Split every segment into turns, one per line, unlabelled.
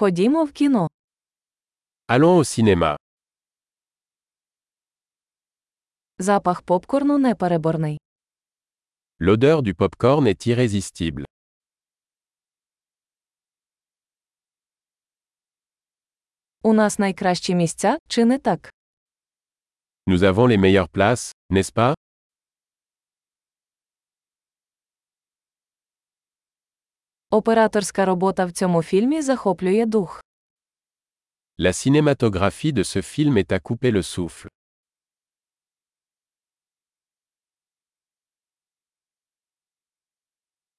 Ходімо в кіно.
Allons au cinéma.
Запах попкорну непереборний.
L'odeur du popcorn est irrésistible.
У нас найкращі місця, чи не так?
Nous avons les meilleures places, n'est-ce pas
Операторська робота в цьому фільмі захоплює дух.
La cinématographie de ce film est à couper le souffle.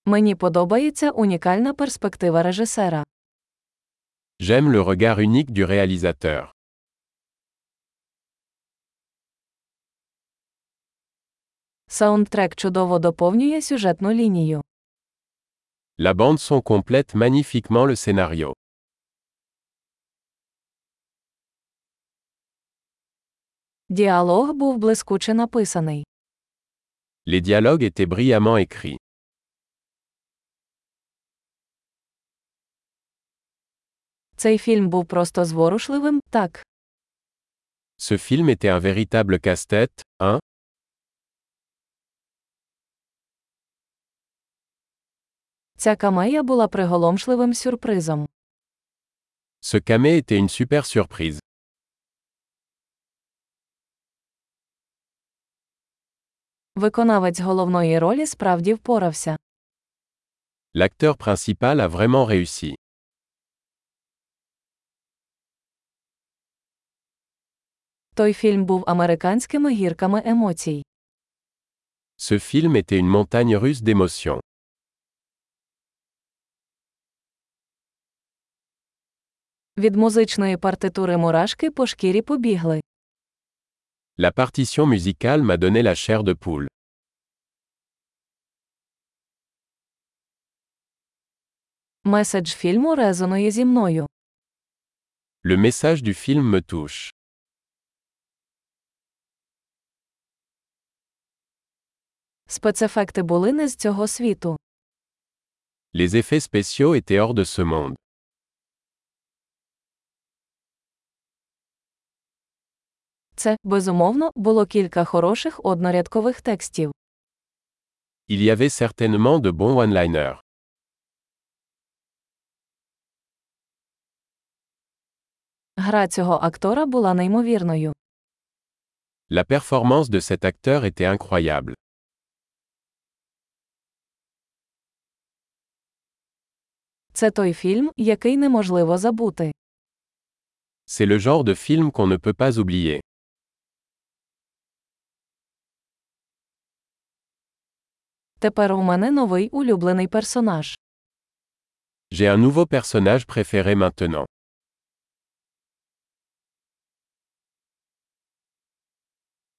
Мені подобається унікальна перспектива режисера.
J'aime le regard unique du réalisateur.
Саундтрек чудово доповнює сюжетну лінію.
La bande son complète magnifiquement le scénario.
Діалог був блискуче написаний.
Les dialogues étaient brillamment écrits.
Цей фільм був просто зворушливим, так.
Ce film était un véritable casse-tête, hein
Ця камея була приголомшливим сюрпризом.
Ce camé était une super surprise.
Виконавець головної ролі справді впорався.
L'acteur principal a vraiment réussi.
Той фільм був американськими гірками емоцій.
Ce film était une montagne russe d'émotions.
Від музичної партитури мурашки по шкірі побігли.
La partition musicale m'a donné la chair de poule.
Меседж фільму резонує зі мною.
Le message du film me touche.
Спецефекти були не з цього світу.
Les effets spéciaux étaient hors de ce monde.
Це, безумовно, було кілька хороших однорядкових текстів.
Il y avait certainement de bons one-liners.
Гра цього актора була неймовірною.
La performance de cet acteur était incroyable.
Це той фільм, який неможливо забути.
C'est le genre de film qu'on ne peut pas oublier.
Тепер у мене новий улюблений персонаж.
J'ai un nouveau personnage préféré maintenant.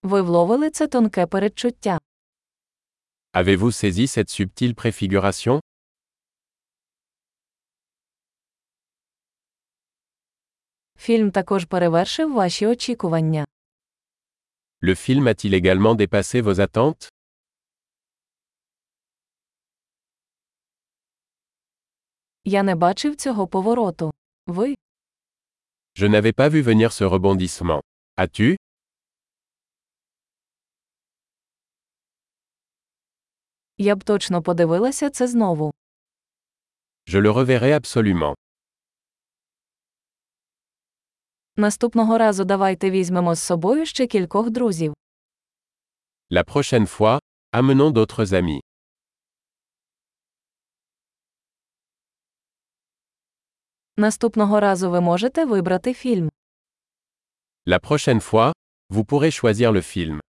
Ви вловили це тонке передчуття.
Avez-vous saisi cette subtile préfiguration
Фільм також перевершив ваші очікування.
Le film a-t-il également dépassé vos attentes
Я не бачив цього повороту. Ви
Je n'avais pas vu venir ce rebondissement. As-tu
я б точно подивилася це знову.
Je le reverrai absolument.
Наступного разу давайте візьмемо з собою ще кількох друзів.
La prochaine fois, amenons d'autres amis.
Наступного разу ви можете вибрати фільм.
La prochaine fois, vous pourrez choisir le film.